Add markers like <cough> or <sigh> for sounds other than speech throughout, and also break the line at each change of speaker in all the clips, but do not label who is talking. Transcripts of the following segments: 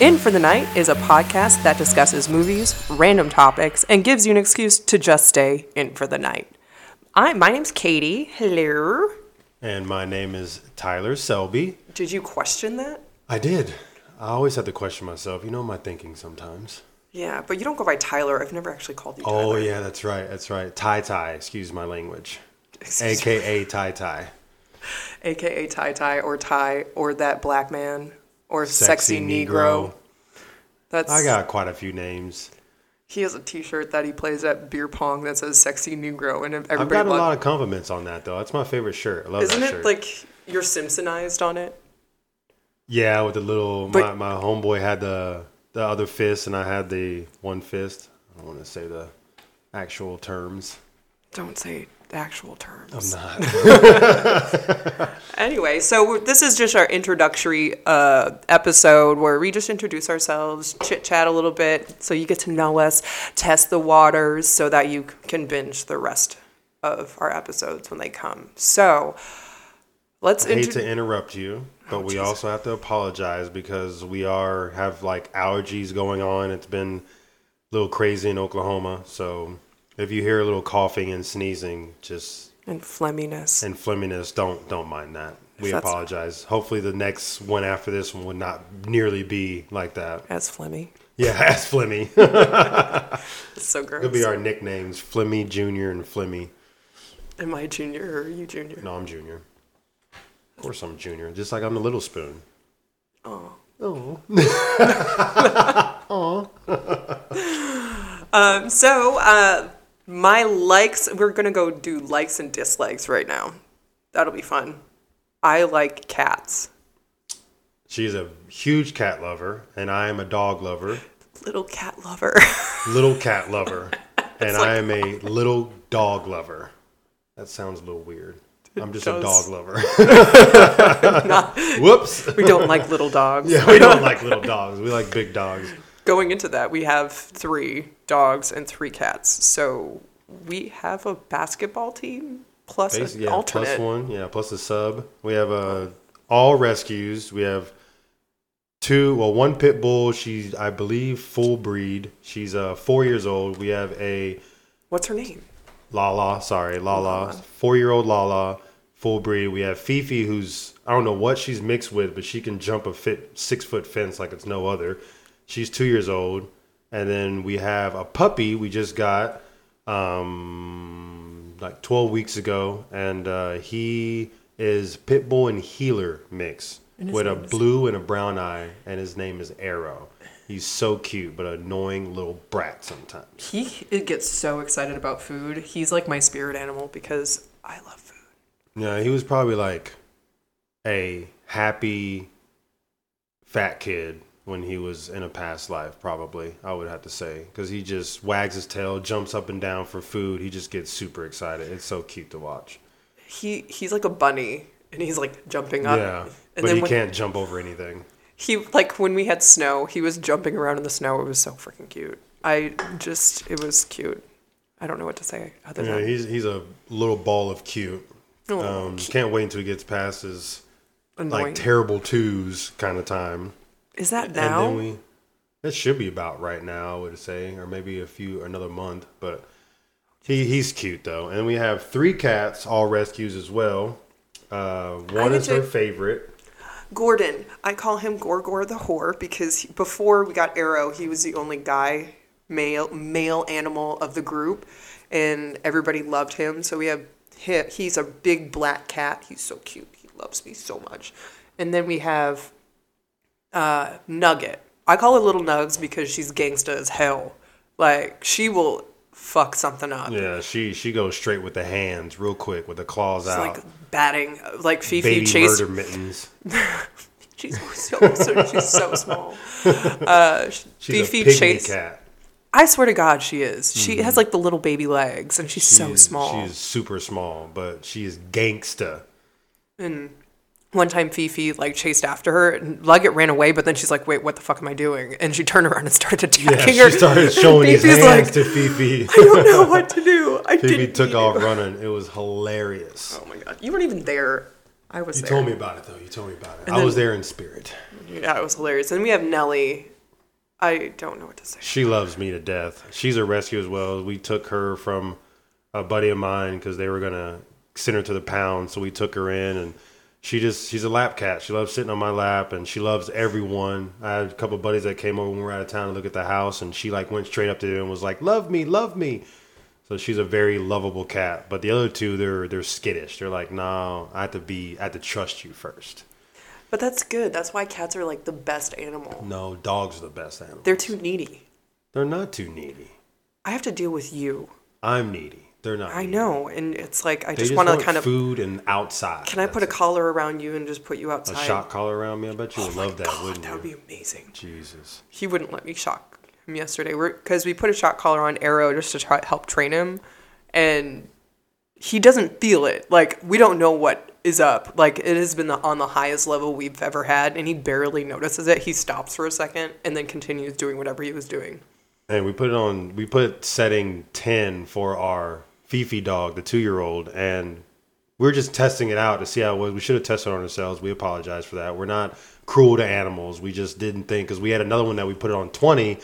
In for the Night is a podcast that discusses movies, random topics, and gives you an excuse to just stay in for the night. I, my name's Katie. Hello.
And my name is Tyler Selby.
Did you question that?
I did. I always have to question myself. You know my thinking sometimes.
Yeah, but you don't go by Tyler. I've never actually called you
Oh
Tyler.
yeah, that's right. That's right. Tie tie. Excuse my language.
Excuse me.
AKA tie tie.
AKA Ty Ty or Ty or that black man or sexy, Negro. That's
I got quite a few names.
He has a T-shirt that he plays at beer pong that says "sexy Negro," and everybody.
I've got a
lo-
lot of compliments on that though. That's my favorite shirt. I love
Isn't
that
it
shirt.
like you're Simpsonized on it?
yeah, with the little
But-
my, my homeboy had the the other fist and I had the one fist. I don't want to say the actual terms.
Don't say actual terms.
I'm not.
<laughs> Anyway, so we're- this is just our introductory uh, episode where we just introduce ourselves, chit chat a little bit, so you get to know us, test the waters, so that you can binge the rest of our episodes when they come. So let's
hate
introduce.
to interrupt you, but we also have to apologize because we are have like allergies going on. It's been a little crazy in Oklahoma, so if you hear a little coughing and sneezing, just
and Flemminess.
and flemminess, don't don't mind that. We
That's-
apologize. Hopefully, the next one after this one would not nearly be like that.
As Flemmy.
Yeah, <laughs> ask Flemmy. It'll
It's so gross.
be our nicknames: Flemmy Junior and Flemmy.
Am I junior or are you junior?
No, I'm Junior. Of course, I'm Junior. Just like I'm the Little Spoon.
Um, so uh, my likes, we're gonna go do likes and dislikes right now. That'll be fun. I like cats.
She's a huge cat lover, and I am a dog lover,
Little cat lover. <laughs>
little cat lover, and I am a little dog lover. That sounds a little weird. I'm just a
does.
dog lover.
<laughs>
Whoops.
we don't like little dogs.
Yeah, <laughs> we don't like little dogs. We like big dogs.
Going into that, we have three dogs and three cats. So we have a basketball team plus
Basi-
an
yeah,
alternate.
plus one. Yeah, plus a sub. We have uh, all rescues. We have two. Well, one pit bull. She's, I believe, full breed. She's uh, four years old. We have a
What's her name?
Lala, sorry, Lala, four year old Lala, full breed. We have Fifi, who's I don't know what she's mixed with, but she can jump a fit six foot fence like it's no other. She's two years old, and then we have a puppy we just got, um, like twelve weeks ago, and uh, he is pit bull and healer mix with a blue and a brown eye, and his name is Arrow. He's so cute, but annoying little brat sometimes.
He it gets so excited about food. He's like my spirit animal because I love food.
Yeah, he was probably like a happy fat kid when he was in a past life, probably, I would have to say. Because he just wags his tail, jumps up and down for food. He just gets super excited. It's so cute to watch.
He he's like a bunny and he's like jumping up.
yeah.
Uh, And
but
then
he
when,
can't jump over anything.
he like when we had snow he was jumping around in the snow it was so freaking cute i just it was cute i don't know what to say other
Yeah,
than
he's, he's a little ball of cute.
Aw,
Um, can't wait until he gets past his
Oh, annoying
like terrible twos kind of time.
is that
And
now
then we that should be about right now, I would say, or maybe a few another month, but he he's cute though. And we have three cats, all rescues as well. Uh, one
need
is her
to-
favorite.
gordon i call him gorgor the whore because he- before we got arrow he was the only guy male male animal of the group and everybody loved him so we have him he's a big black cat he's so cute he loves me so much and then we have uh, Nugget. I call her Little Nugs because she's gangsta as hell. Like she will fuck something up.
Yeah, she she goes straight with the hands, real quick, with the claws
It's
out.
like batting, like Fifi
Baby
chased.
murder mittens.
She's so, <laughs> so she's so small. Uh, sh-
<laughs> She's
Fifi
a pygmy
chased.
cat. Mm-hmm.
I swear to God, she is. She has like the little baby legs, and she's so
She's-
small.
She is super small, but she is gangsta.
One time, Fifi like chased after her, and Nugget ran away. But then she's like, "Wait, what the fuck am I doing?" And she turned around and started
Yeah,
attacking
she
her.
started
<laughs>
showing these
Fifi's
hands
like,
to
<laughs>
Fifi.
I don't know what to do. I
Fifi
didn't
took
mean
off
it."
running. It was hilarious.
Oh my god, you weren't even there. I was
You
there.
told me about it though. You told me about it. I was there in spirit.
Yeah, it was hilarious. And we have Nelly, I don't know what to say.
She loves me to death. She's a rescue as well. We took her from a buddy of mine because they were gonna send her to the pound, so we took her in, and she just she's a lap cat. She loves sitting on my lap, and she loves everyone. I had a couple buddies that came over when we were out of town to look at the house, and she like went straight up to them and was like, "Love me, love me." So she's a very lovable cat. But the other two, they're they're skittish. They're like, "No, I have to be, I have to trust you first.
But that's good. That's why cats are like the best animal.
No, dogs are the best animal.
They're too needy.
They're not too needy.
I have to deal with you.
I'm needy. They're not.
I
needy.
know, and it's like I
They
just, want to kind of.
food and outside.
Can I put a collar around you and just put you
a
outside?
shock collar around me? I bet you
Oh
would
my
love that,
God,
wouldn't
that
you?
would be amazing.
Jesus.
He wouldn't let me shock him yesterday because we put a shock collar on Arrow just to try help train him, and he doesn't feel it. Like we don't know what is up. Like it has been the, on the highest level we've ever had, and he barely notices it. He stops for a second and then continues doing whatever he was doing.
And we put it on. We put setting ten for our Fifi dog, the two-year-old, and we are just testing it out to see how it was. We should have tested it on ourselves. We apologize for that. We're not cruel to animals. We just didn't think because we had another one that we put it on twenty,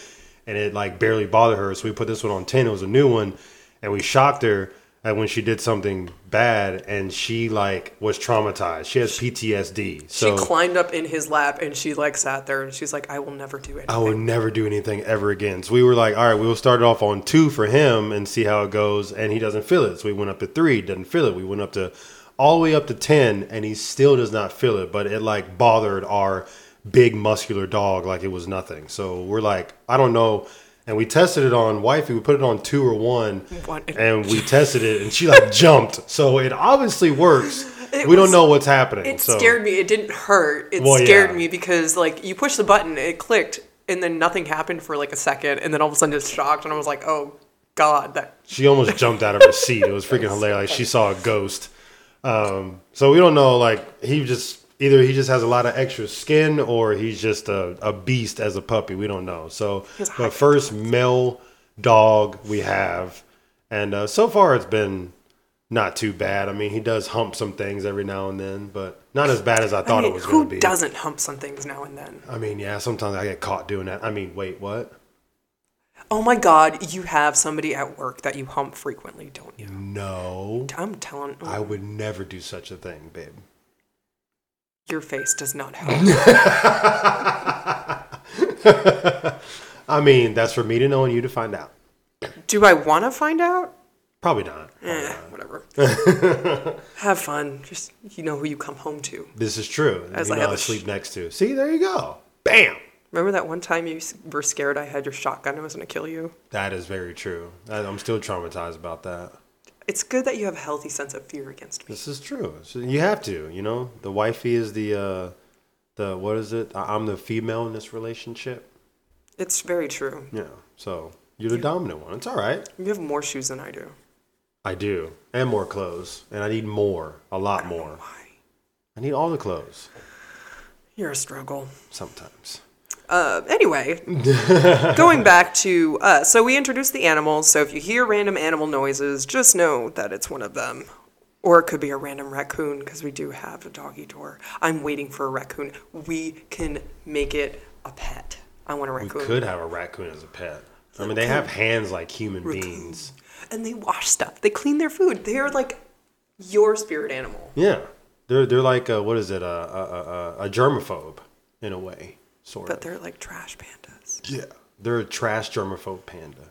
and it like barely bothered her. So we put this one on ten. It was a new one, and we shocked her. And when she did something bad, and she like was traumatized, she has PTSD. So
she climbed up in his lap and she like sat there and she's like, "I will never do anything."
I would never do anything ever again. So we were like, all right, we will start it off on two for him and see how it goes. And he doesn't feel it. So we went up to three, doesn't feel it. We went up to all the way up to 10, and he still does not feel it. But it like bothered our big muscular dog like it was nothing. So we're like, I don't know. And we tested it on wifey. We put it on two or one,
One.
and we tested it, and she like jumped. So it obviously works.
It
we
was-
don't know what's happening.
It
so.
scared me. It didn't hurt. It
Well,
scared
yeah.
me because like you push the button, it clicked, and then nothing happened for like a second, and then all of a sudden it's shocked, and I was like, "Oh God, that."
She almost jumped out of her seat. It was freaking hilarious. Like she saw a ghost. Um, so we don't know. Like he just either he just has a lot of extra skin or he's just a, a beast as a puppy. We don't know. So
has a high
the first male dog we have, and uh, so far it's been not too bad. I mean, he does hump some things every now and then, but not as bad as I thought
I mean,
it was
who
going to be.
doesn't hump some things now and then?
I mean, yeah. Sometimes I get caught doing that. I mean, wait, what?
Oh my God, you have somebody at work that you hump frequently, don't you?
No,
I'm telling
I would never do such a thing, babe.
your face does not help. <laughs>
I mean, that's for me to know and you to find out.
Do I want to find out?
Probably not.
Eh, whatever.
<laughs>
Have fun. Just you know who you come home to.
This is true.
As
you
I
know,
have
I
a sh-
sleep next to. See, there you go. Bam.
Remember that one time you s- were scared I had your shotgun and was going to kill you?
That is very true. I- I'm still traumatized about that.
It's good that you have a healthy sense of fear against me.
This is true. So you have to, you know. The wifey is the, uh, the what is it? I- I'm the female in this relationship.
It's very true.
Yeah. So you're the dominant one. It's all right.
You have more shoes than I do.
I do, and more clothes, and I need more, a lot more.
Why?
I need all the clothes
You're a struggle.
sometimes.
Uh,
<laughs>
anyway, going back to uh, so we introduced the animals. So if you hear random animal noises, just know that it's one of them, or it could be a random raccoon because we do have a doggy door. I'm waiting for a raccoon. We can make it a pet. I want a
We
raccoon.
could have a raccoon as a pet. I mean, they have hands like human beings.
And they wash stuff. They clean their food. They are like your spirit animal.
Yeah, they're they're like a, what is it? Uh, A, a, a- a, a germaphobe in a way, sort
But
of.
they're like trash pandas.
Yeah, they're a trash germaphobe panda.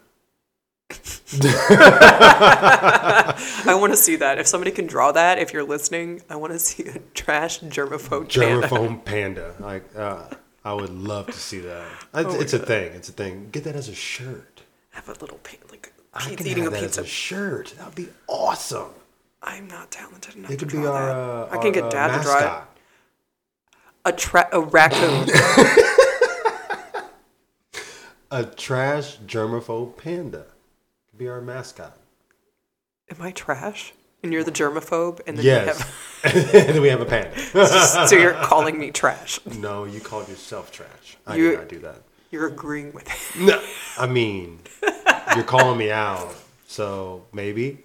<laughs> I want to see that. If somebody can draw that, if you're listening, I want to see a trash germaphobe panda.
Germaphobe panda. Like, uh, I would love to see that.
Oh
It's, it's a thing. It's a thing. Get that as a shirt.
Have a little pan, like
I
he's
can
eating
have
a
that as
pizza.
a shirt. That would be awesome.
I'm not talented enough
It
to
could be
draw
our.
that.
Uh,
I can
our,
get
uh,
dad to draw it.
mascot.
A tra- a raccoon. <laughs>
A trash germaphobe panda. Could be our mascot.
Am I trash? And you're the germaphobe, and then
Yes. and <laughs> then we have a panda.
<laughs> you have, so you're calling
<laughs>
me trash.
No, you called yourself trash. I
You-
did not do that.
You're agreeing with it.
No, I mean, you're calling me out, so maybe.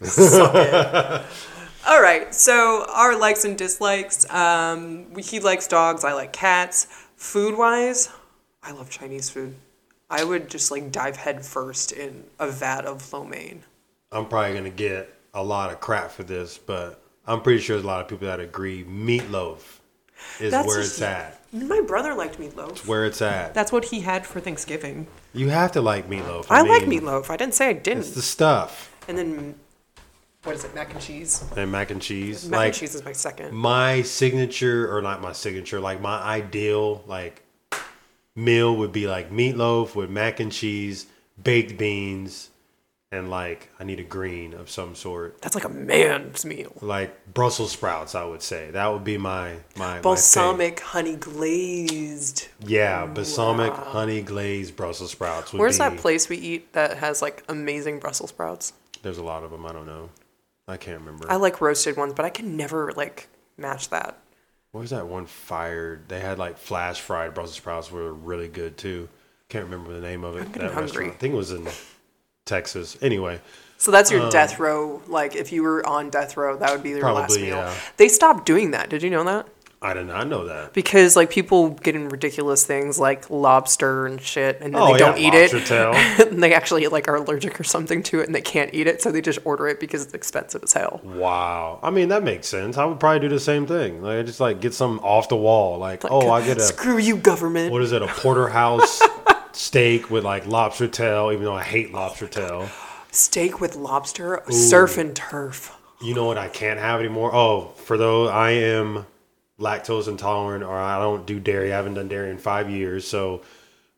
All right. So our likes and dislikes. Um, we- he likes dogs. I like cats. Food wise, I love Chinese food. I would just like dive headfirst in a vat of lo mein.
I'm probably gonna get a lot of crap for this, but I'm pretty sure there's a lot of people that agree meatloaf is
That's
where
just-
it's at.
My brother liked meatloaf.
Where it's at.
That's what he had for Thanksgiving.
You have to like meatloaf.
I, like
mean,
meatloaf. I didn't say I didn't.
It's the stuff
and then what is it? Mac and cheese.
and mac and cheese.
Mac
like
and cheese is my second.
my signature, or not my signature, like my ideal like meal would be like meatloaf with mac and cheese, baked beans, and like I need a green of some sort.
That's like a man's meal.
Like Brussels sprouts, I would say that would be my my my thing.
Balsamic honey glazed.
Yeah, balsamic honey glazed Brussels sprouts. Would
Where's
be,
that place we eat that has like amazing Brussels sprouts?
There's a lot of them. I don't know. I can't remember.
I like roasted ones, but I can never like match that.
what was that one fired? They had like flash fried Brussels sprouts were really good too. Can't remember the name of it.
getting
that
hungry.
restaurant. I think it was in Texas. Anyway,
So that's
Oh.
your death row. Like if you were on death row, that would be your last
Probably,
meal.
yeah.
They stopped doing that. Did you know that?
I did not know that.
Because like people get in ridiculous things like lobster and shit, and then
Oh,
they don't
yeah,
eat it.
lobster tail.
<laughs> and they actually like are allergic or something to it, and they can't eat it, so they just order it because it's expensive as hell.
Wow. I mean, that makes sense. I would probably do the same thing. Like, I just like get something off the wall. Like,
<laughs>
oh, I get a
Screw you, government.
what is it? A porterhouse
<laughs>
steak with like lobster tail. Even though I hate
Oh
lobster tail.
Steak with lobster, surf and turf.
you know what I can't have anymore? Oh, for those I am lactose intolerant or I don't do dairy. I haven't done dairy in five years. So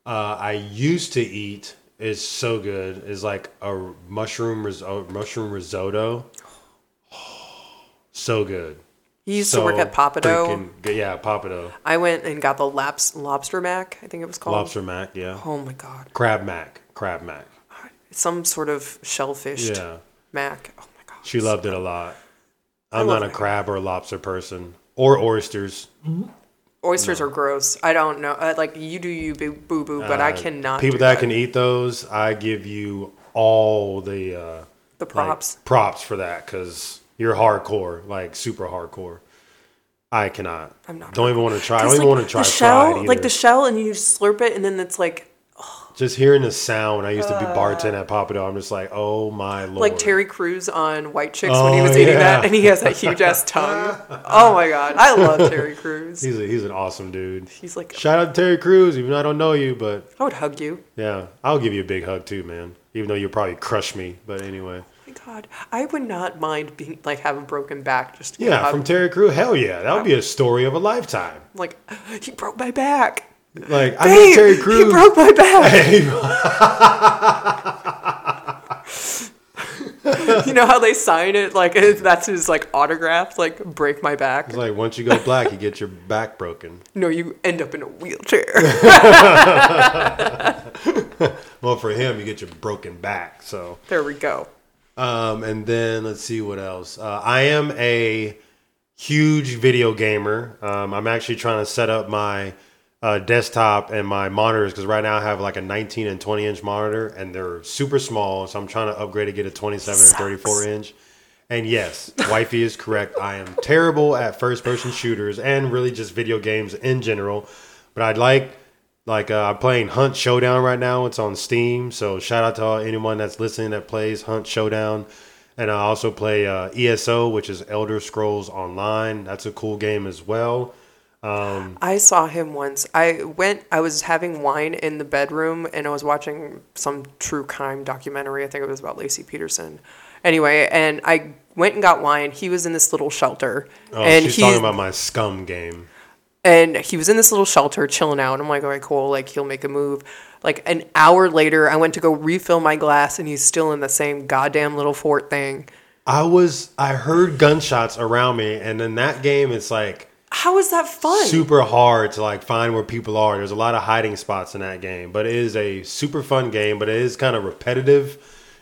uh, I used to eat is so good is like a mushroom ris- uh, mushroom risotto. <sighs> so good.
He used
so
to work at Papado.
freaking good. Yeah, Papado.
I went and got the laps, lobster mac. I think it was called.
Lobster mac, yeah.
Oh my god,
Crab mac, crab mac.
some sort of shellfish
Yeah.
mac. Oh my god.
She loved it a lot. I'm
love
not a
mac.
crab or lobster person or oysters.
Oysters are gross. I don't know. Uh, like you do you boo boo, boo, but I cannot.
Uh, people
do
that, can eat those i give you all the uh
the
like,
props.
props for that because you're hardcore like super hardcore i cannot
I'm not
don't even want to try i don't
It's
even
like
want to try
the shell,
fried
like
either.
the shell, and you slurp it, and then it's like
just hearing the sound i used to be bartending at papado i'm just like oh my lord
Uh. like Terry Crews on White Chicks when he
Oh,
was eating
yeah.
that, and he has that huge ass
<laughs>
tongue. Oh my god, I love Terry Crews.
he's, a, he's an awesome dude
He's like,
shout out to terry cruz even though i don't know you but
I would hug you.
yeah i'll give you a big hug too man even though you'll probably crush me but anyway
Oh my god, I would not mind being like having a broken back just to get a
yeah
hug.
from terry cruz hell yeah that would be a story of a lifetime
like he broke my back.
like i mean
Babe,
terry cruz
He
<laughs>
broke my back. you know how they sign it like <laughs> that's his like autograph, like break my back.
It's like once you go black, you get your back broken.
No, you end up in a wheelchair. <laughs>
Well, for him, you get your broken back. So,
there we go.
um, and then let's see what else. Uh, I am a huge video gamer. Um, I'm actually trying to set up my uh, desktop and my monitors because right now I have like a 19 and 20 inch monitor, and they're super small. So I'm trying to upgrade to get a 27 and 34 inch. And yes, wifey is correct. I am terrible at first person shooters and really just video games in general. But I'd like like uh, I'm playing Hunt Showdown right now. It's on Steam. So shout out to all, anyone that's listening that plays Hunt Showdown. And I also play uh, ESO, which is Elder Scrolls Online. That's a cool game as well.
I saw him once. I went. I was having wine in the bedroom, and I was watching some true crime documentary. I think it was about Lacey Peterson. Anyway, and I went and got wine. He was in this little shelter,
Oh,
and
she's
he
talking about my scum game.
and he was in this little shelter chilling out. And I'm like, all right, cool. Like he'll make a move. Like an hour later, I went to go refill my glass, and he's still in the same goddamn little fort thing.
I was I heard gunshots around me, and in that game, it's like
How is that fun?
super hard to like find where people are. There's a lot of hiding spots in that game, but it is a super fun game. But it is kind of repetitive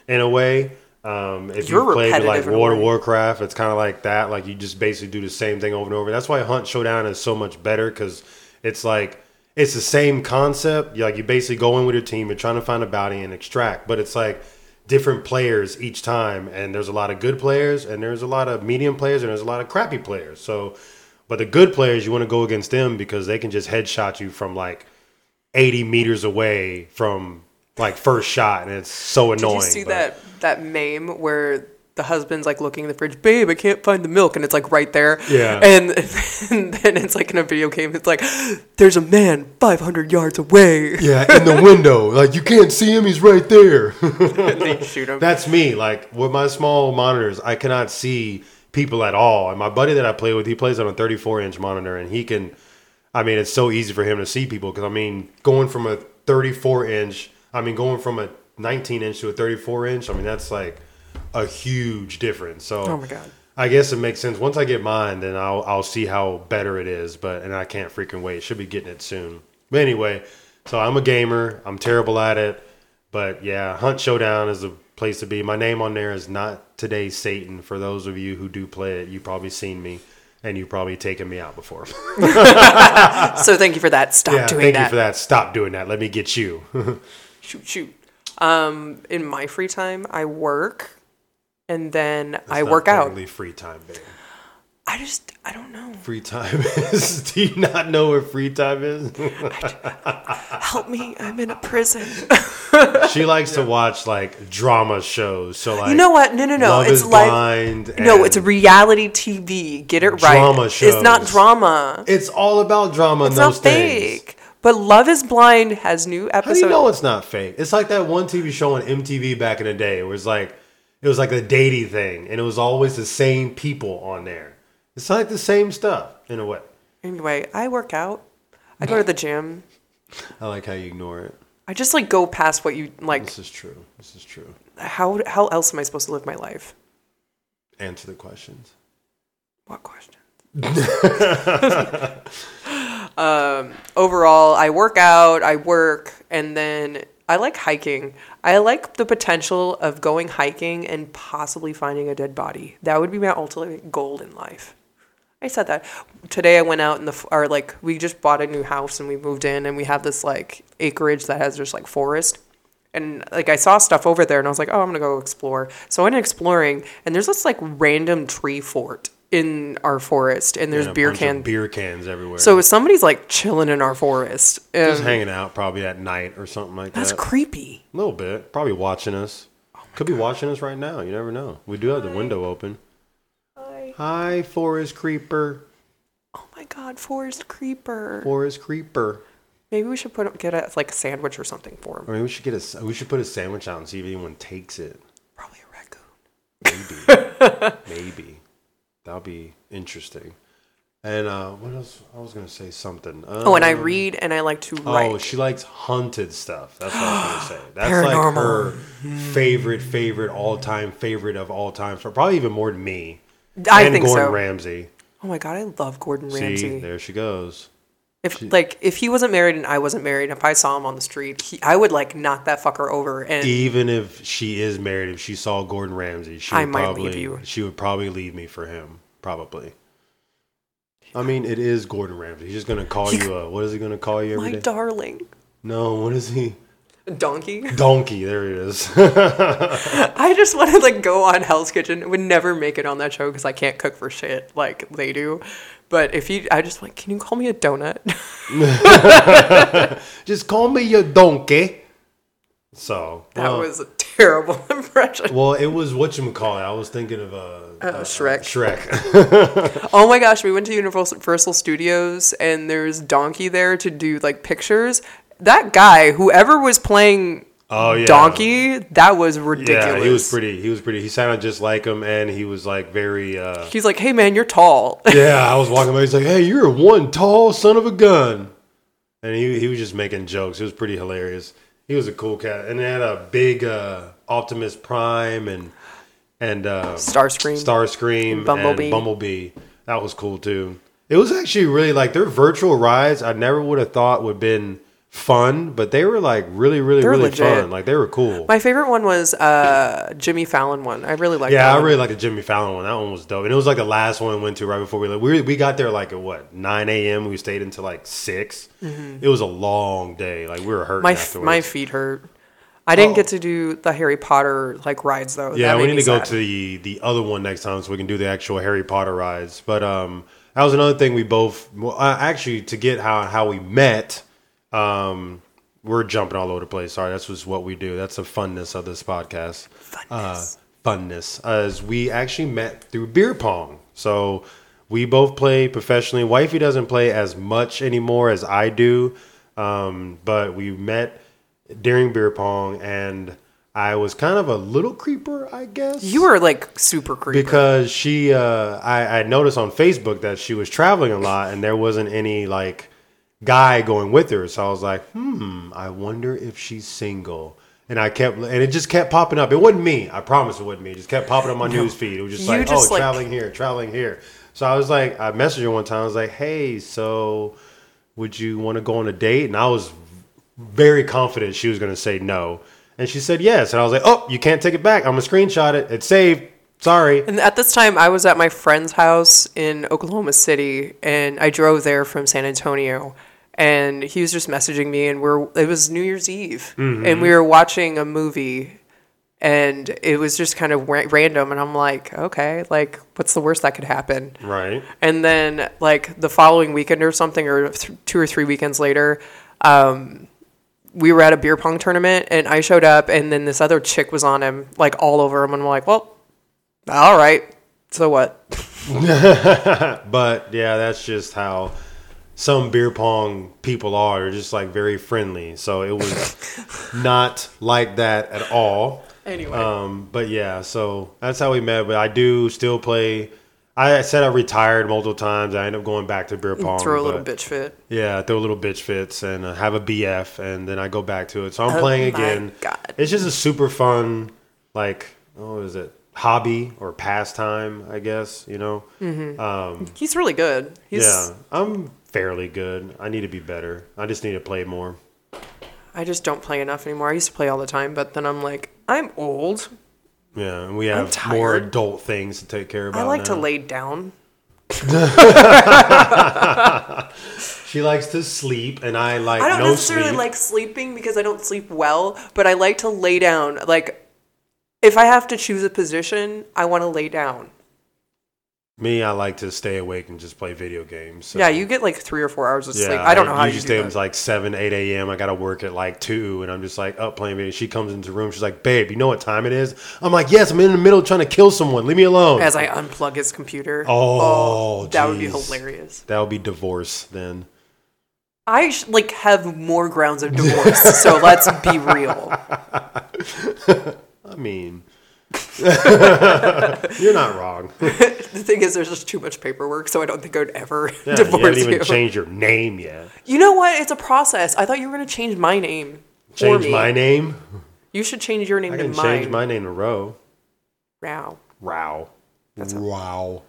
in a way. Um, if you
You're
played like
repetitive in a
World of
way.
Warcraft, it's kind of like that. Like you just basically do the same thing over and over. That's why Hunt Showdown is so much better because it's like it's the same concept. You- Like you basically go in with your team, you're trying to find a bounty and extract, but it's like different players each time. And there's a lot of good players, and there's a lot of medium players, and there's a lot of crappy players. So, but the good players, you want to go against them because they can just headshot you from like 80 meters away from like first shot, and it's so
Did
annoying.
you see
but-
that that meme where the husband's like looking in the fridge, babe, I can't find the milk, and it's like right there.
Yeah.
And, <laughs> and then it's like in a video game, it's like, there's a man 500 yards away.
<laughs> Yeah, in the window. Like you can't see him, he's right there. <laughs>
and they shoot him.
That's me. Like with my small monitors, I cannot see people at all. And my buddy that I play with, he plays on a 34 inch monitor, and he can. I mean, it's so easy for him to see people because I mean, going from a 34 inch, I mean, going from a 19 inch to a 34 inch, I mean, that's like a huge difference. So,
Oh my God.
I guess it makes sense. Once I get mine, then I'll I'll see how better it is. But and I can't freaking wait. Should be getting it soon. But anyway, so I'm a gamer. I'm terrible at it. But yeah, Hunt Showdown is a place to be. My name on there is not today Satan. For those of you who do play it, you probably seen me and you probably taken me out before.
<laughs>
<laughs>
so thank you for that. Stop
yeah,
doing
thank
that.
you for that. Stop doing that. Let me get you.
Shoot, shoot. Um, in my free time, I work, and then I
<laughs>
work out.
Only free time, babe.
I just, I don't know.
Free time <laughs> is. Do you not know what free time is?
Help me! I'm in a prison. <laughs>
she likes to watch like drama shows. So like
you know what? No, no, no.
Love
it's
is
like
blind.
no,
and
it's reality TV. Get it right.
Drama
It's not
shows.
drama.
it's all about drama and
It's
those
not
things.
fake. But Love Is Blind has new
How do you
episodes.
know it's not fake? It's like that one TV show on MTV back in the day where it's like it was like a dating thing and it was always the same people on there. It's like the same stuff in a way.
Anyway, I work out. I go to the gym.
I like how you ignore it.
I just like go past what you like.
This is true. This is true.
How how else am I supposed to live my life?
Answer the questions.
What question? um, overall, I work out, I work, and then I like hiking. I like the potential of going hiking and possibly finding a dead body. That would be my ultimate goal in life. I said that today. I went out in the f- or like we just bought a new house and we moved in and we have this like acreage that has just like forest. And like I saw stuff over there and I was like, oh, I'm gonna go explore. So I went exploring and there's this like random tree fort in our forest and there's
And a
beer
bunch of
can
beer cans everywhere.
so somebody's like chilling in our forest. And
just hanging out probably at night or something like
that's
that.
creepy.
A little bit. Probably watching us.
Oh
Could be watching us right now. You never know. We do have the window open. Hi. forest creeper.
Oh my god, forest creeper.
Forest creeper.
Maybe we should put get a like a sandwich or something for him.
I mean, we should get a. s- We should put a sandwich out and see if anyone takes it.
Probably a raccoon. <laughs>
Maybe that'll be interesting. And uh, what else? I was gonna say something.
Oh, and I
Um,
read and I like to
Oh,
write.
she likes haunted stuff. That's what I was
<gasps>
gonna say. That's like her
Paranormal.
favorite, favorite, all time favorite of all time. For probably even more than me.
I
and
think
Gordon
so.
Ramsay.
oh my god, I love Gordon
See,
Ramsay.
there she goes.
If like if he wasn't married and I wasn't married, if I saw him on the street, he, I would like knock that fucker over and
Even if she is married, if she saw Gordon Ramsay, she
I
would
might leave
probably
you.
she would probably leave me for him. Probably. I mean, it is Gordon Ramsay. He's just gonna call you a what is he gonna call you every
my
day?
darling
no, what is he?
donkey. <laughs>
Donkey. There he is. <laughs>
I just want to like go on Hell's Kitchen. Would never make it on that show because I can't cook for shit like they do. But if you, I just like, can you call me a donut? <laughs>
just call me your donkey. So
that
well,
was a terrible <laughs> impression. Oh,
well, it was what you call it. I was thinking of uh, uh,
Shrek.
Shrek. <laughs>
Oh my gosh, we went to Universal Universal Studios and there's Donkey there to do like pictures. That guy, whoever was playing
Oh yeah.
Donkey, that was ridiculous.
Yeah, he was pretty. He was pretty. He sounded just like him, and he was like very. uh
He's like, hey man, you're tall. <laughs>
Yeah, I was walking by. He's like, "Hey, you're one tall son of a gun," and he he was just making jokes. It was pretty hilarious. He was a cool cat, and they had a big uh, Optimus Prime and and uh,
Starscream.
Starscream,
Bumblebee.
and Bumblebee. That was cool too. It was actually really like their virtual rides. I never would have thought would been fun, but they were like really, really,
They're
really
legit.
fun. Like they were cool.
My favorite one was uh, Jimmy Fallon one. I really liked that.
Yeah, I
one.
really like the Jimmy Fallon one. That one was dope, and it was like the last one we went to right before we left. We, we got there like at what nine a.m. We stayed until like 6 It was a long day. Like we were hurting
Mm-hmm. My f-
afterwards.
my feet hurt. I didn't
Oh.
get to do the Harry Potter like rides though.
yeah,
That
we
made
need
me
to go
sad.
to the the other one next time so we can do the actual Harry Potter rides. But um, that was another thing we both well, uh, actually to get how how we met Um, we're jumping all over the place. Sorry, that's just what we do. That's the funness of this podcast. Funness. Uh, funness. As we actually met through beer pong. So we both play professionally. Wifey doesn't play as much anymore as I do. Um, but we met during beer pong and I was kind of a little creeper, I guess.
You were like super creepy.
because she uh I, I noticed on facebook that she was traveling a lot and there wasn't any like guy going with her so i was like hmm i wonder if she's single and i kept and it just kept popping up it wasn't me i promise it wasn't me it just kept popping up my news feed it was just
You
like
just,
oh
like-
traveling here traveling here so i was like i messaged her one time i was like hey so would you want to go on a date and i was very confident she was going to say no and she said yes and i was like oh you can't take it back i'm going to screenshot it it's saved sorry
And at this time, I was at my friend's house in Oklahoma City, and I drove there from San Antonio. And he was just messaging me, and we're it was New Year's Eve, and we were watching a movie, and it was just kind of ra- random. And I'm like, okay, like what's the worst that could happen?
right
And then like the following weekend or something, or th- two or three weekends later, um, we were at a beer pong tournament, and I showed up, and then this other chick was on him, like all over him, and I'm like, well, all right, so what?
But yeah, that's just how some beer pong people are. They're just like very friendly. So it
<laughs>
was not like that at all.
Anyway.
Um, but yeah, so that's how we met. But I do still play. I said I retired multiple times. I end up going back to beer pong.
Throw a little
but-
bitch fit.
Yeah, I throw little bitch fits and uh, have a BF, and then I go back to it. So I'm
Oh
playing
my
again.
God.
It's just a super fun, like, what is it? Hobby or pastime, I guess, you know?
He's really good. He's,
yeah, I'm fairly good. I need to be better. I just need to play more.
I just don't play enough anymore. I used to play all the time, but then I'm like, I'm old.
Yeah, and we have
tired.
more adult things to take care about.
I like to
now.
lay down.
She likes to sleep, and I like
I don't
no
necessarily
sleep.
like sleeping because I don't sleep well, but I like to lay down. Like, if I have to choose a position, I want to lay down.
Me, I like to stay awake and just play video games. so-
Yeah, you get like three or four hours of sleep. I don't know how you
usually
do
stay
that.
up to like seven, eight a.m. I gotta work at like two, and I'm just like up playing video. She comes into the room, she's like, "Babe, you know what time it is?" I'm like, "Yes, I'm in the middle trying to kill someone. Leave me alone."
As I unplug his computer.
oh,
that would be
jeez.
hilarious.
That would be divorce then.
I sh- like have more grounds of divorce,
<laughs>
so let's be real.
I
<laughs>
mean, <laughs> you're not wrong.
The thing is, there's just too much paperwork, so I don't think I'd ever
Yeah,
<laughs>
you
divorce
haven't even
you.
changed your name yet.
You know what? It's a process. I thought you were gonna change my name. for
Change
me.
my name.
You should change your name
I
to
can
mine
change my name to Row.
Rao,
Row. That's wow.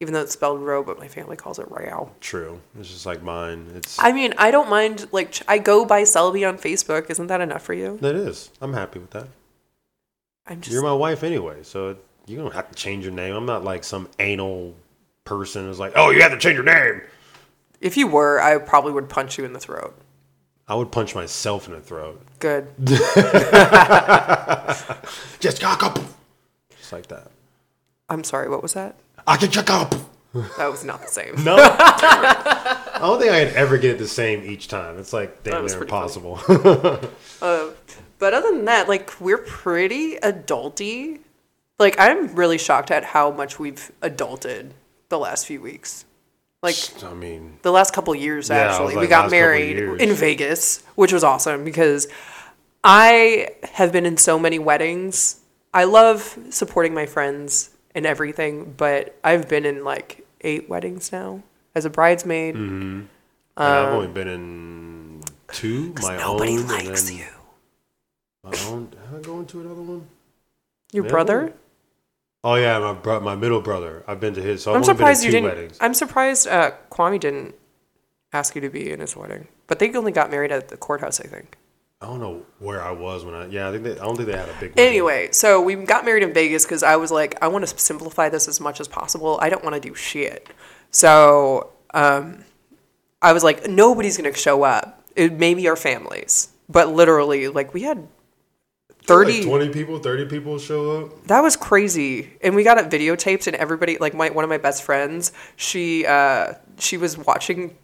even though it's spelled Row, but my family calls it Rao.
True. It's just like mine. It's
I mean, I don't mind. Like, ch- I go by Selby on Facebook. Isn't that enough for you?
that is. I'm happy with that.
I'm just
You're my wife anyway, so it- you don't have to change your name. I'm not like some anal person who's like, oh, you have to change your name.
If you were, I probably would punch you in the throat.
I would punch myself in the throat.
Good.
Just just like that.
I'm sorry. What was that?
I can check up.
That was not the same.
No. I don't think I could ever get it the same each time. It's like
That
damn
was
near
pretty funny.
impossible. <laughs>
But other than that, like we're pretty adulty. Like I'm really shocked at how much we've adulted the last few weeks. Like
I mean,
the last couple years
Yeah, I was
actually. we
like,
got
last couple
married
years.
in Vegas, which was awesome because I have been in so many weddings. I love supporting my friends and everything, but I've been in like eight weddings now as a bridesmaid.
Mm-hmm. and I've only been in
<laughs>
two. My
Um, Nobody
own.
likes
and then
you.
My own. Have I gone to another one?
Your
Yeah.
brother?
Oh yeah, my bro- my middle brother. I've been to his. So I've
I'm
only
surprised you
been to 2
didn't.
weddings.
I'm surprised uh, Kwame didn't ask you to be in his wedding, but they only got married at the courthouse, I think.
I don't know where I was when I. Yeah, I think they, I don't think they had a big. wedding.
Anyway, so we got married in Vegas because I was like, I want to simplify this as much as possible. I don't want to do shit. So um, I was like, nobody's gonna show up. It maybe our families, but literally, like we had thirty.
Like 20 people, 30 people show up.
That was crazy. And we got it videotaped and everybody like my one of my best friends, she uh she was watching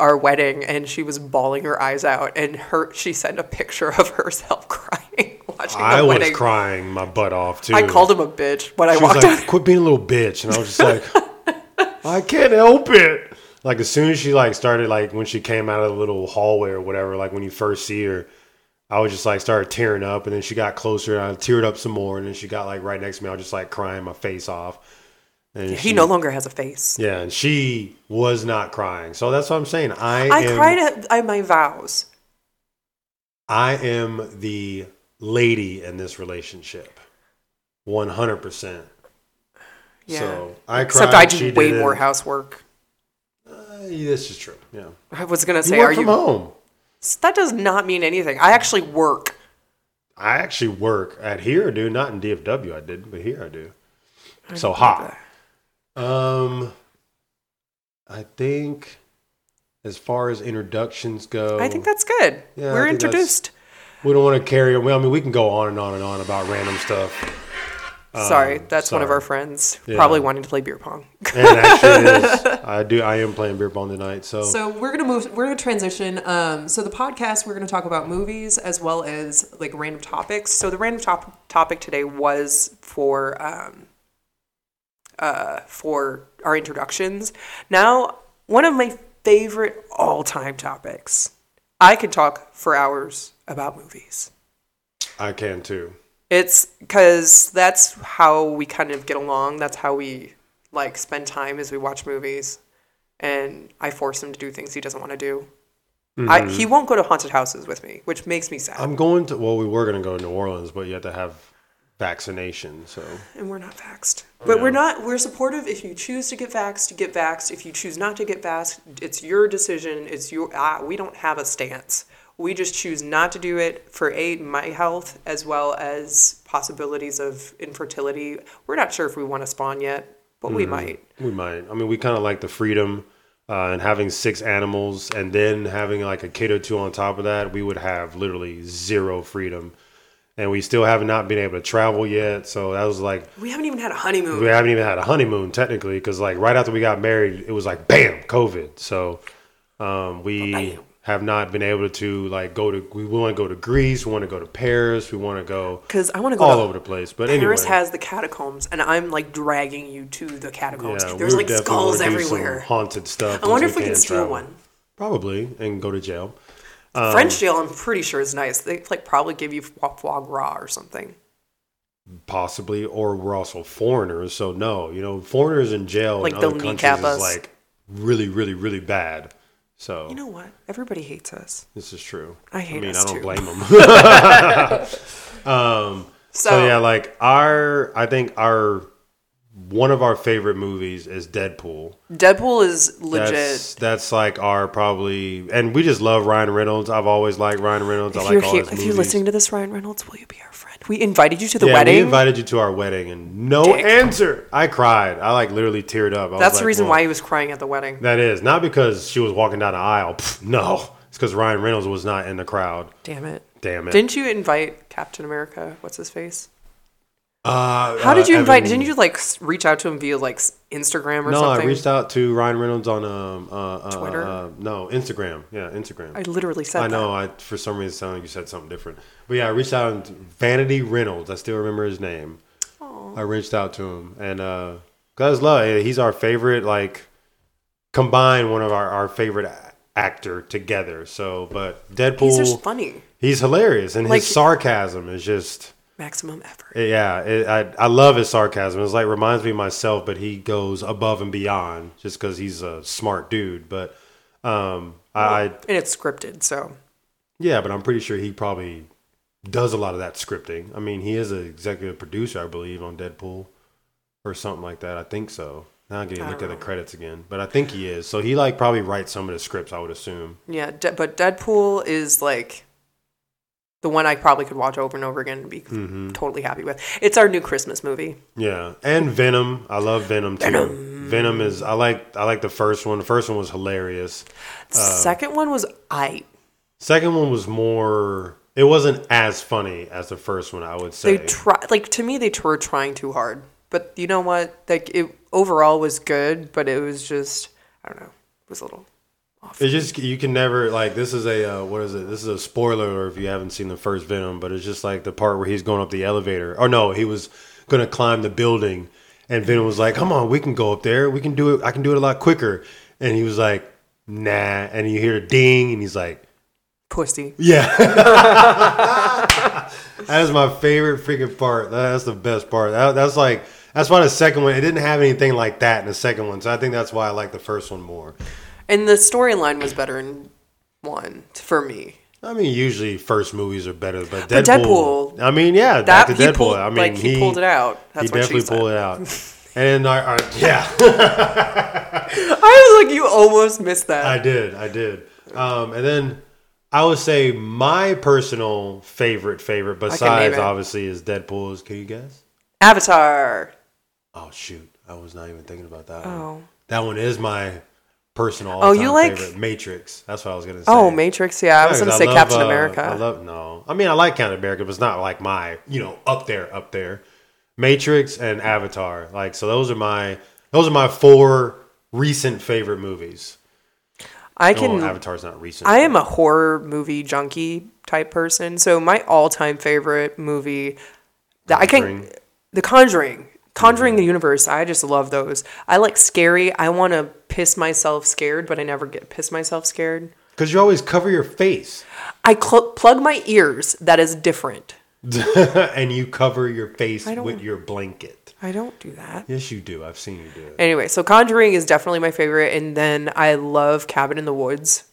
our wedding and she was bawling her eyes out and her she sent a picture of herself <laughs> crying watching the
I was
wedding.
crying my butt off too.
I called him a bitch when I
She was
walked
like,
out.
"Quit being a little bitch," and I was just like, <laughs> "I can't help it." Like as soon as she like started like when she came out of the little hallway or whatever, like when you first see her, I was just like started tearing up, and then she got closer, and I teared up some more, and then she got like right next to me. I was just like crying my face off. And
He no longer has a face.
yeah, and she was not crying, so that's what I'm saying. I
I
am,
cried at, at my vows.
I am the lady in this relationship, one hundred percent.
Yeah.
So I cried.
Except I
she
did way
didn't.
more housework.
Uh, this is true. Yeah.
I was gonna
You
say,
work
are
from
you?
home.
That does not mean anything. I actually work.
I actually work at here, dude. Not in DFW, I did, but here I do. so hot. Um, I think as far as introductions go,
I think that's good.
Oh. Yeah, I
We're
think that's-
introduced.
we don't want to carry. Well, I mean, we can go on and on and on about random stuff.
sorry, that's one of
Ah, sorry.
our friends
Yeah.
probably wanting to play beer pong.
And actually, it is.
<laughs>
I do. I am playing beer pong tonight, so,
So we're gonna move. We're gonna transition. Um, so the podcast, we're gonna talk about movies as well as like random topics. So the random top- topic today was for um, uh, for our introductions. Now, one of my favorite all time topics. I could talk for hours about movies.
I can too.
It's because that's how we kind of get along. That's how we like spend time as we watch movies. And I force him to do things he doesn't want to do. I, he won't go to haunted houses with me, which makes me sad.
I'm going to. Well, we were going to go to New Orleans, but you have to have vaccination. So
and we're not vaxxed. But we're not. We're supportive. If you choose to get vaxxed, get vaxxed. If you choose not to get vaxxed, it's your decision. It's your. Ah, we don't have a stance. We just choose not to do it for a my health as well as possibilities of infertility. We're not sure if we want to spawn yet, but
Mm-hmm.
we might.
We might. I mean, we kind of like the freedom uh, and having six animals, and then having like a kid or two on top of that. We would have literally zero freedom, and we still have not been able to travel yet. So that was like
We haven't even had a honeymoon.
we haven't even had a honeymoon technically, because like right after we got married, it was like bam, COVID. So um, we
Oh,
have not been able to like go to. We want to go to Greece. We want to go to Paris. We want to go
Because I want to go
all
to
over the place. But anyway,
Paris has the catacombs, and I'm like dragging you to the catacombs.
yeah,
There's
we
like
definitely
skulls
wanna do some
everywhere.
Haunted stuff.
I wonder if
once
we can steal
travel.
one.
Probably, and go to jail. Um,
French jail, I'm pretty sure is nice. They like probably give you foie, foie gras or something.
Um, Possibly, or we're also foreigners, so no, you know, foreigners in jail
Like,
in other
they'll
countries
kneecap
is
us.
like really, really, really bad. So
You know what? Everybody hates us.
this is true.
I hate
I mean,
us
I don't
too.
blame
<laughs>
<laughs> them.
So,
so yeah, like our, I think our one of our favorite movies is Deadpool.
Deadpool is legit.
That's that's like our probably, and we just love Ryan Reynolds. I've always liked Ryan Reynolds. I
if
like
you're
all
here,
his
if
movies.
you're listening to this, Ryan Reynolds, will you be our friend? We invited you to the
yeah,
wedding.
we invited you to our wedding, and no
Dick.
answer. I cried. I like literally teared up. I was
That's
like,
the reason
"Well,
why he was crying at the wedding.
That is not because she was walking down the aisle. Pfft, no, it's because Ryan Reynolds was not in the crowd.
Damn it!
Damn it!
Didn't you invite Captain America? What's his face?
uh,
How
uh,
did you invite?
Evan-
Didn't you like s- reach out to him via like s- Instagram or
No,
something?
I reached out to Ryan Reynolds on um uh, uh,
Twitter?
Uh, no, Instagram. Yeah, Instagram.
I literally said
I know. I for some reason sounded like you said something different. But yeah, I reached out to Vanity Reynolds. I still remember his name. I reached out to him, and uh, guys love. He's our favorite. Like combined, one of our our favorite a- actor together. So, but Deadpool.
that. He's just funny.
He's hilarious, and
Like-
his sarcasm is just
Maximum effort.
yeah. It, I I love his sarcasm. It's like reminds me of myself, but he goes above and beyond just because he's a smart dude. But um, I, I
and it's scripted, so
yeah, but I'm pretty sure he probably does a lot of that scripting. I mean, he is an executive producer, I believe, on Deadpool or something like that. I think so. Now I get to look at the credits again, but I think he is. So he like probably writes some of the scripts. I would assume.
Yeah, de- but Deadpool is like the one I probably could watch over and over again and be
Mm-hmm.
totally happy with. It's our new Christmas movie.
Yeah, and Venom. I love Venom too. Venom, is. I like. I like the first one. The first one was hilarious. Uh.
The second one was I.
Second one was more. It wasn't as funny as the first one. I would say.
They try like to me they were trying too hard. But you know what? Like it overall was good, but it was just I don't know. It was a little off.
It just you can never like this is a uh, what is it? This is a spoiler if you haven't seen the first Venom, but it's just like the part where he's going up the elevator. Or no, he was going to climb the building, and Venom was like, "Come on, we can go up there. We can do it. I can do it a lot quicker." And he was like, "Nah." And you hear a ding, and he's like,
Pussy.
"Yeah." that is my favorite freaking part. That's the best part. That, that's like that's why the second one it didn't have anything like that in the second one, so I think that's why I like the first one more.
And the storyline was better in one for me.
I mean, usually first movies are better, but Deadpool.
But Deadpool-
I mean, yeah,
That
back to
he
Deadpool.
pulled,
I mean,
like, he, pulled it out.
He
That's what
definitely
she said.
pulled it out. And I, I- <laughs> yeah,
I was like, you almost missed that.
I did, I did. Um, and then I would say my personal favorite, favorite besides
it.
obviously is Deadpool's. Can you guess?
Avatar.
Oh shoot, I was not even thinking about that.
Oh.
One. That one is my personal.
Oh, you
all-time
like-
favorite. Matrix? That's what I was gonna say.
Oh, Matrix. Yeah, I was going to
Because
say
love,
Captain
uh,
America.
I love no. I mean, I like Captain America, but it's not like my you know up there, up there. Matrix and Avatar, like so. Those are my those are my four recent favorite movies.
I
Well,
can.
Avatar's not recent.
I am a horror movie junkie type person. So my all-time favorite movie that I can
Conjuring. Mm-hmm.
The Conjuring. Conjuring the universe. I just love those. I like scary. I want to piss myself scared, but I never get piss myself scared.
because you always cover your face <laughs>
I cl- plug my ears. That is different.
and you cover your face
don't-
with your blanket.
I don't do that.
Yes, you do. I've seen you do it.
Anyway, so Conjuring is definitely my favorite and then I love Cabin in the Woods.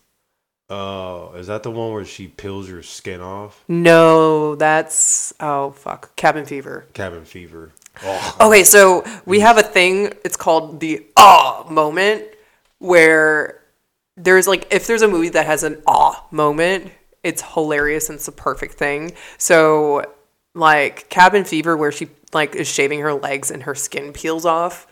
Oh, is that the one where she peels your skin off?
No, that's oh fuck, Cabin Fever.
Cabin fever. Oh,
Okay, so we have a thing. It's called the ah moment, where there's like if there's a movie that has an ah moment, it's hilarious and it's the perfect thing. So like Cabin Fever, where she like is shaving her legs and her skin peels off,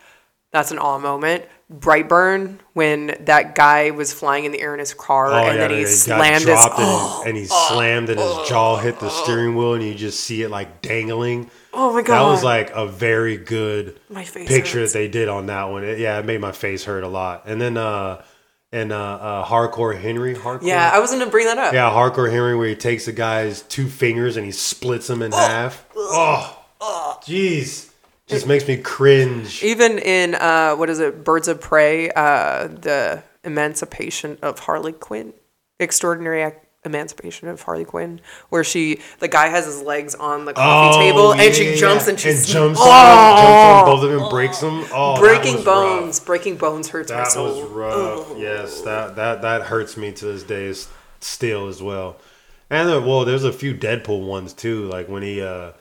that's an ah moment. Brightburn, when that guy was flying in the air in his car
Oh,
and
yeah,
then he
got
slammed his. <gasps> Oh,
dropped and, and he slammed and his jaw hit the steering wheel and you just see it like dangling.
Oh my
That was
God.
like a very good
My face
picture
hurts.
that they did on that one. It- yeah, it made my face hurt a lot. And then uh and uh, uh hardcore Henry hardcore
Yeah, I was gonna bring that up.
yeah, hardcore Henry where he takes the guy's two fingers and he splits them in half. Oh. Jeez. Just makes me cringe.
even in uh, what is it, Birds of Prey, uh, the Emancipation of Harley Quinn, Extraordinary Ac- Emancipation of Harley Quinn, where she, the guy has his legs on the coffee
Oh,
table and
yeah,
she jumps
yeah.
and she
jumps, on, jumps on both of them, breaks them. Oh,
<laughs>
that
breaking
was rough.
bones. Breaking bones hurts my
That was
soul.
rough.
Oh.
Yes, that, that that hurts me to this day s- still as well. And there, well, there's a few Deadpool ones too. Like when he uh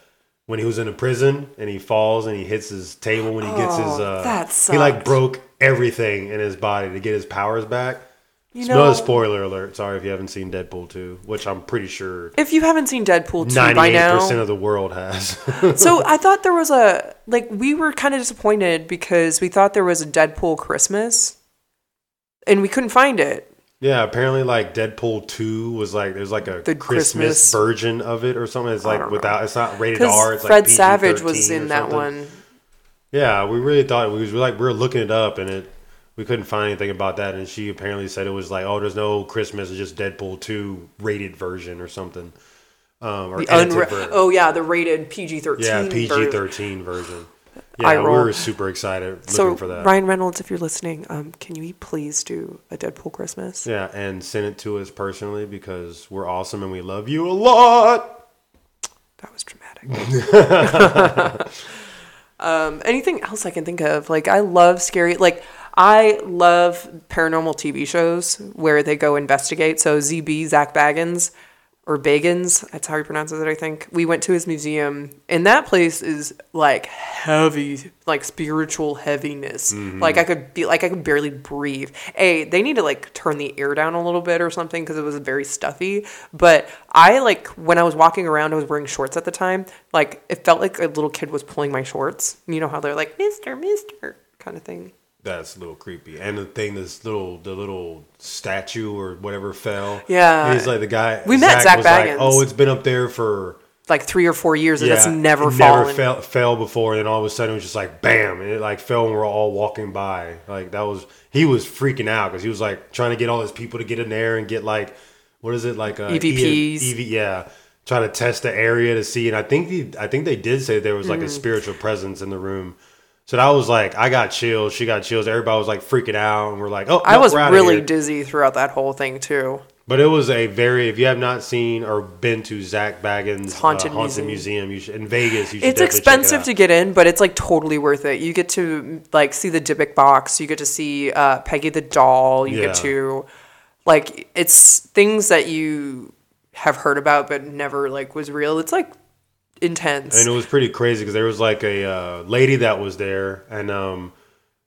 when he was in a prison and he falls and he hits his table when he gets his
Oh,
uh
that
he like
sucked.
broke everything in his body to get his powers back.
You
No
know,
spoiler alert. Sorry if you haven't seen Deadpool 2, which I'm pretty sure
if you haven't seen Deadpool 2 by
98%
now,
of the world has. <laughs>
so I thought there was a like we were kind of disappointed because we thought there was a Deadpool Christmas, and we couldn't find it.
Yeah, apparently, like Deadpool Two was like there's like a
The
Christmas,
Christmas-
version of it or something. It's like
don't
without it's not rated R.
Because
It's
Fred
like
Savage was
PG-13 or
in that
something.
one.
Yeah, we really thought we was like we were looking it up and it we couldn't find anything about that. And she apparently said it was like oh, there's no Christmas, it's just Deadpool Two rated version or something. Um, or
The
edited
unra-
version.
oh yeah, the rated PG thirteen.
yeah, PG thirteen version.
Eye
Yeah, we
roll.
were super excited
So
looking for that.
Ryan Reynolds, if you're listening, um, can you please do a Deadpool Christmas?
Yeah, and send it to us personally because we're awesome and we love you a lot.
That was dramatic. <laughs> um, anything else I can think of? Like I love scary. Like I love paranormal TV shows where they go investigate. So ZB Zach Baggins or Bagans, that's how he pronounces it. I think we went to his museum, and that place is like heavy, like spiritual heaviness. Like I could be like I could barely breathe. A, they need to like turn the air down a little bit or something because it was very stuffy. But I like when I was walking around, I was wearing shorts at the time. Like it felt like a little kid was pulling my shorts. You know how they're like Mister, Mister kind of thing.
That's a little creepy. And the thing, this little, the little statue or whatever fell.
Yeah.
he's like the guy.
We met Zach Baggins.
oh, it's been up there for
like three or four years and it's never
it
fallen.
fell, fell before, and then all of a sudden it was just like bam, and it like fell, and we're all walking by. Like that was he was freaking out because he was like trying to get all his people to get in there and get like what is it like uh,
EVPs.
EV, yeah, trying to test the area to see. And I think the I think they did say there was
Mm.
like a spiritual presence in the room. So that was like I got chills, she got chills. Everybody was like freaking out, and we're like, oh,
I
nope,
was
we're outta
really
here.
dizzy throughout that whole thing too.
But it was a very if you have not seen or been to Zach Baggins
Haunted
haunted, uh, haunted museum, you should in Vegas. You should
It's
definitely check it
expensive
out.
to get in, but it's like totally worth it. You get to like see the Dybbuk box. You get to see uh, Peggy the doll. You
Yeah.
get to like it's things that you have heard about but never like was real. It's like intense.
and it was pretty crazy because there was like a uh, lady that was there and um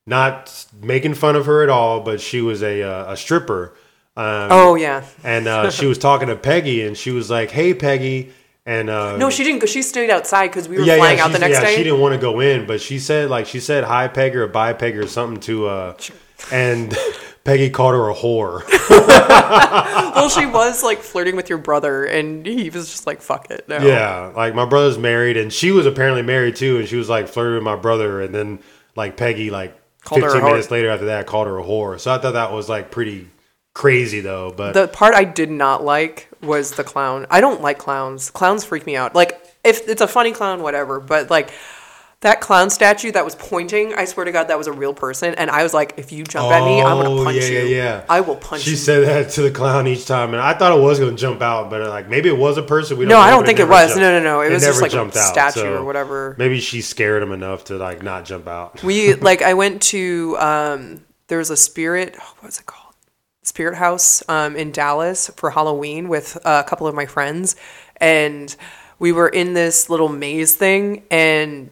not making fun of her at all but she was a uh, a stripper um,
oh yeah.
and uh, she was talking to peggy and she was like hey peggy and uh,
No, she didn't go. She stayed outside because we were flying out
she-
the next
yeah,
day.
she didn't want to go in, but she said like she said hi Peggy or bye Peggy or something to uh and <laughs> Peggy called her a whore.
well,
<laughs>
she was like flirting with your brother, and he was just like, "Fuck it." No.
Yeah, like my brother's married, and she was apparently married too, and she was like flirting with my brother, and then like Peggy, like
Called her a
fifteen
whore.
minutes later after that, called her a whore. So I thought that was like pretty crazy though. But
The part I did not like was the clown. I don't like clowns. Clowns freak me out. Like if it's a funny clown, whatever. But like that clown statue that was pointing, I swear to God, that was a real person. And I was like, if you jump at me, I'm gonna
Oh,
punch
yeah,
you.
yeah, yeah.
I will punch
she
you.
said that to the clown each time, and I thought it was gonna jump out, but like maybe it was a person. We don't
No,
know,
I don't
but
think it
never
was.
jumped-
No, no, no. It was just,
never
like, a
jumped
statue or whatever.
Maybe she scared him enough to like not jump out. <laughs>
we like I went to um there was a spirit oh, what was it called? Spirit House um in Dallas for Halloween with uh, a couple of my friends and we were in this little maze thing and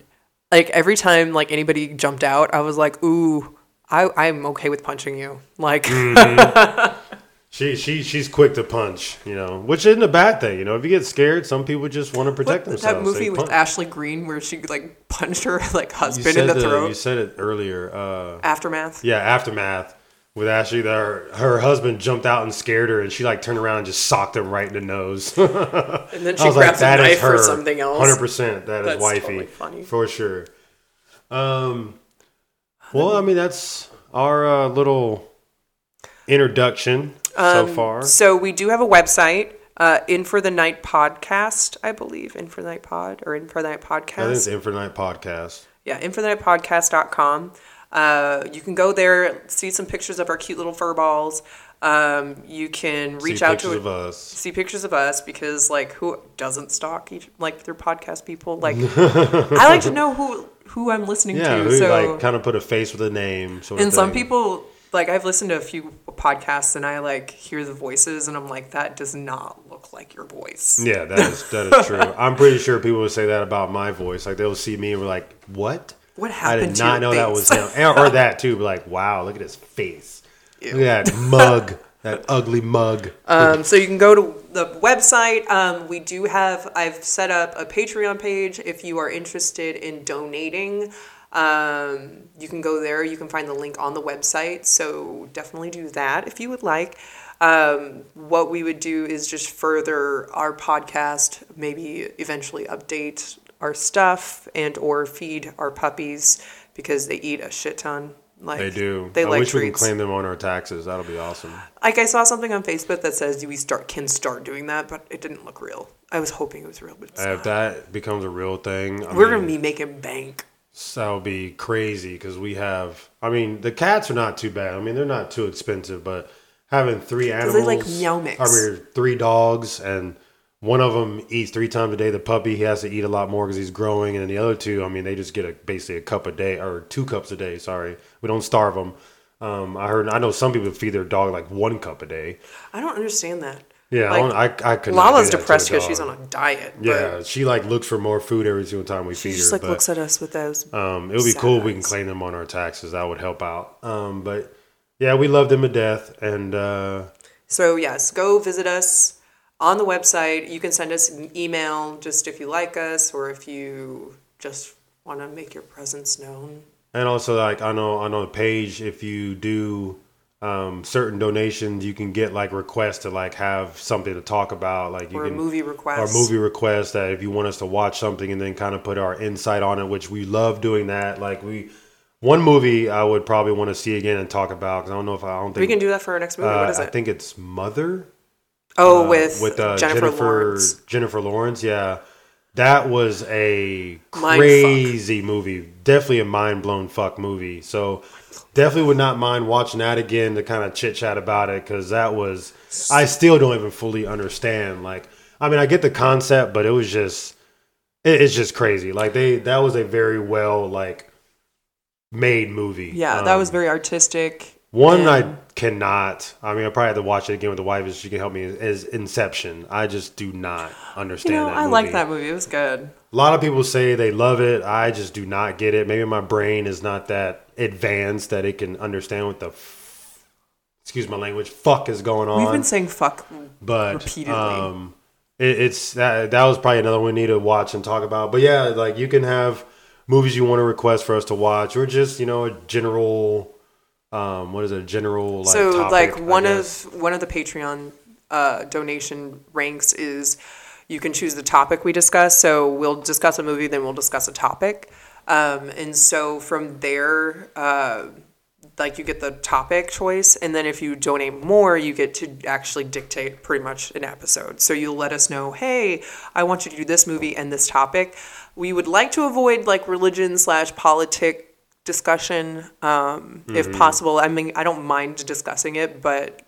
like every time like anybody jumped out I was like ooh I I'm okay with punching you like
Mm,
<laughs>
She she she's quick to punch, you know, which isn't a bad thing. You know, if you get scared, some people just want to protect
that
themselves. They
movie with
punch.
Ashley Greene where she like punched her <laughs> like
You
husband in
said
the
You
throat
said it earlier. Uh,
aftermath
yeah, aftermath with Ashley, that her, her husband jumped out and scared her, and she like turned around and just socked him right in the nose.
and then
<laughs> I
she
was like,
grabs
that
a
is
knife
her.
or something else
Hundred percent, that is
That's
wifey
totally funny.
for sure. Um, well, I mean that's our uh, little introduction so
Um,
far.
So we do have a website, uh, In for the Night Podcast, I believe. In for the Night Pod or In for the Night
I think it's
Podcast.
Infinite Podcast.
Yeah, In for the Night Podcast.com. Uh, you can go there, see some pictures of our cute little fur balls. Um, you can reach
See
out
pictures
to
of us.
see pictures of us because like who doesn't stalk each like their podcast people?
<laughs>
Like I like to know who who I'm listening
Yeah,
to.
who
so
like kind of put a face with a name. Sort of
and some
thing.
people like I've listened to a few podcasts and I like hear the voices and I'm like that does not look like your voice.
Yeah, that is that
<laughs>
is true. I'm pretty sure people would say that about my voice. Like they'll see me and be like, "What?
What
I
happened
did
to
not
your
know that was
face?"
him." And- Or that too. Be like, "Wow, look at his face. Look at that mug. That ugly mug."
Um, so you can go to the website. Um, we do have, I've set up a Patreon page if you are interested in donating. Um, you can go there. You can find the link on the website. So definitely do that if you would like. Um, what we would do is just further our podcast, maybe eventually update our stuff and or feed our puppies because they eat a shit ton. Like
They do.
They
I
like
wish we could
treats
claim them on our taxes. That'll be awesome.
like I saw something on Facebook that says we start can start doing that, but it didn't look real. I was hoping it was real, but it's
If
not.
that becomes a real thing, I
we're
mean,
gonna be making bank.
that would be crazy because we have. I mean, the cats are not too bad. I mean, they're not too expensive, but having three animals,
they like meow mix.
I mean, three dogs, and one of them eats three times a day. The puppy he has to eat a lot more because he's growing, and then the other two, I mean, they just get a basically a cup a day or two cups a day. Sorry, we don't starve them. Um, I heard. I know some people feed their dog like one cup a day.
I don't understand that.
Yeah, I
Like,
don't- I, I could. not do
Lala's
that to a
depressed because
dog.
she's on a diet.
Yeah,
but
she like looks for more food every single time we
she
feed
just
her.
like
but
looks at us with those.
um, it would be
sad
cool if we can
eyes.
claim them on our taxes. That would help out. Um, but yeah, we love them to death, and uh,
So yes, go visit us on the website. You can send us an email just if you like us or if you just want to make your presence known.
and also like I know on our page if you do um, certain donations you can get like requests to like have something to talk about like you
Or a
can
movie
our
request.
movie requests that if you want us to watch something and then kind of put our insight on it which we love doing that like we one movie i would probably want to see again and talk about because i don't know if i, I don't think
We can do that for our next movie. what
uh,
is
i
it?
think it's mother
oh,
uh,
with,
uh,
Jennifer, Lawrence.
Jennifer Lawrence, yeah. That was a
fuck.
crazy movie. Definitely a mind blown fuck movie. So definitely would not mind watching that again to kind of chit chat about it because that was I still don't even fully understand. Like I mean I get the concept, but it was just it, it's just crazy. Like they that was a very well like made movie.
Yeah, that
Um,
was very artistic.
one
and-
I cannot. I mean, I probably have to watch it again with the wife if she can help me. Is Inception? I just do not
You
understand
know,
that.
I
movie.
like that movie. It was good.
A lot of people say they love it. I just do not get it. Maybe my brain is not that advanced that it can understand what the f- excuse my language fuck is going on
We've been saying fuck.
but
Repeatedly.
um, it, it's that that was probably another one we need to watch and talk about. But yeah, like you can have movies you want to request for us to watch, or just you know a general, um, what is it, a general like
so
topic,
like
I
one
guess.
of one of the Patreon uh, donation ranks is you can choose the topic we discuss. So we'll discuss a movie, then we'll discuss a topic, um, and so from there. Uh, like you get the topic choice and then if you donate more you get to actually dictate pretty much an episode so you'll let us know hey i want you to do this movie and this topic we would like to avoid like religion slash politic discussion um, if
Mm-hmm.
possible i mean i don't mind discussing it but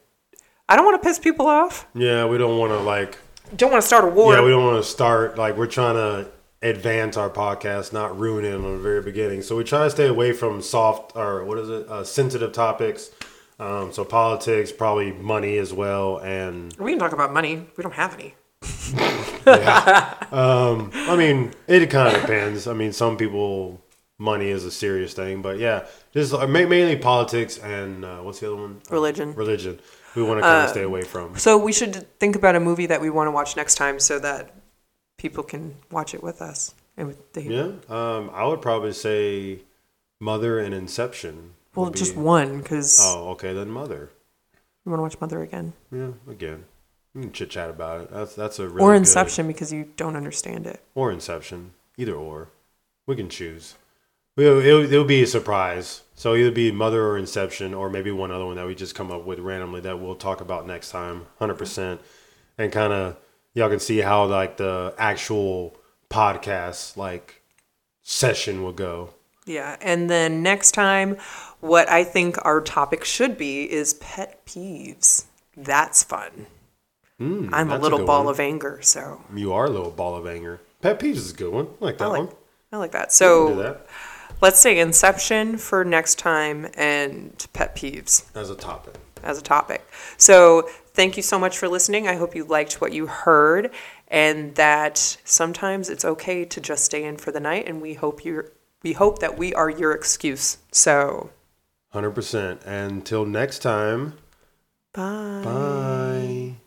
i don't want to piss people off
yeah, we don't want to like
don't want to start a war
yeah, we don't want to start like we're trying to advance our podcast, not ruin it from the very beginning. So we try to stay away from soft or what is it, uh, sensitive topics. Um, so politics, probably money as well, and
we can talk about money we don't have any
I mean, it kind of depends. I mean, some people money is a serious thing, but yeah, just uh, ma- mainly politics and uh, what's the other one? Uh,
Religion.
religion. We want to kind
Uh,
of stay away from.
so we should think about a movie that we want to watch next time so that people can watch it with us and with they
Yeah, um, I would probably say Mother and Inception. would
Well, just
be-
one, because
oh, okay, then Mother.
you want to watch Mother again.
Yeah, again, we can chit chat about it. That's that's a really
or
good-
Inception, because you don't understand it.
or Inception, either or. We can choose. It'll, it'll, it'll be a surprise. So either be Mother or Inception, or maybe one other one that we just come up with randomly that we'll talk about next time, hundred percent, and kind of y'all can see how like the actual podcast like session will go.
Yeah. And then next time, what I think our topic should be is pet peeves. That's fun. I'm a
Hmm, that's a
little
good
ball
one.
of anger, so
You are a little ball of anger. Pet peeves is a good one. I like that
I like,
one.
I like that.
Do
So
that
let's say Inception for next time and pet peeves.
as a topic.
as a topic. So, thank you so much for listening. I hope you liked what you heard and that sometimes it's okay to just stay in for the night and we hope you are we hope that we are your excuse. So,
Hundred percent. Until next time.
bye.
Bye.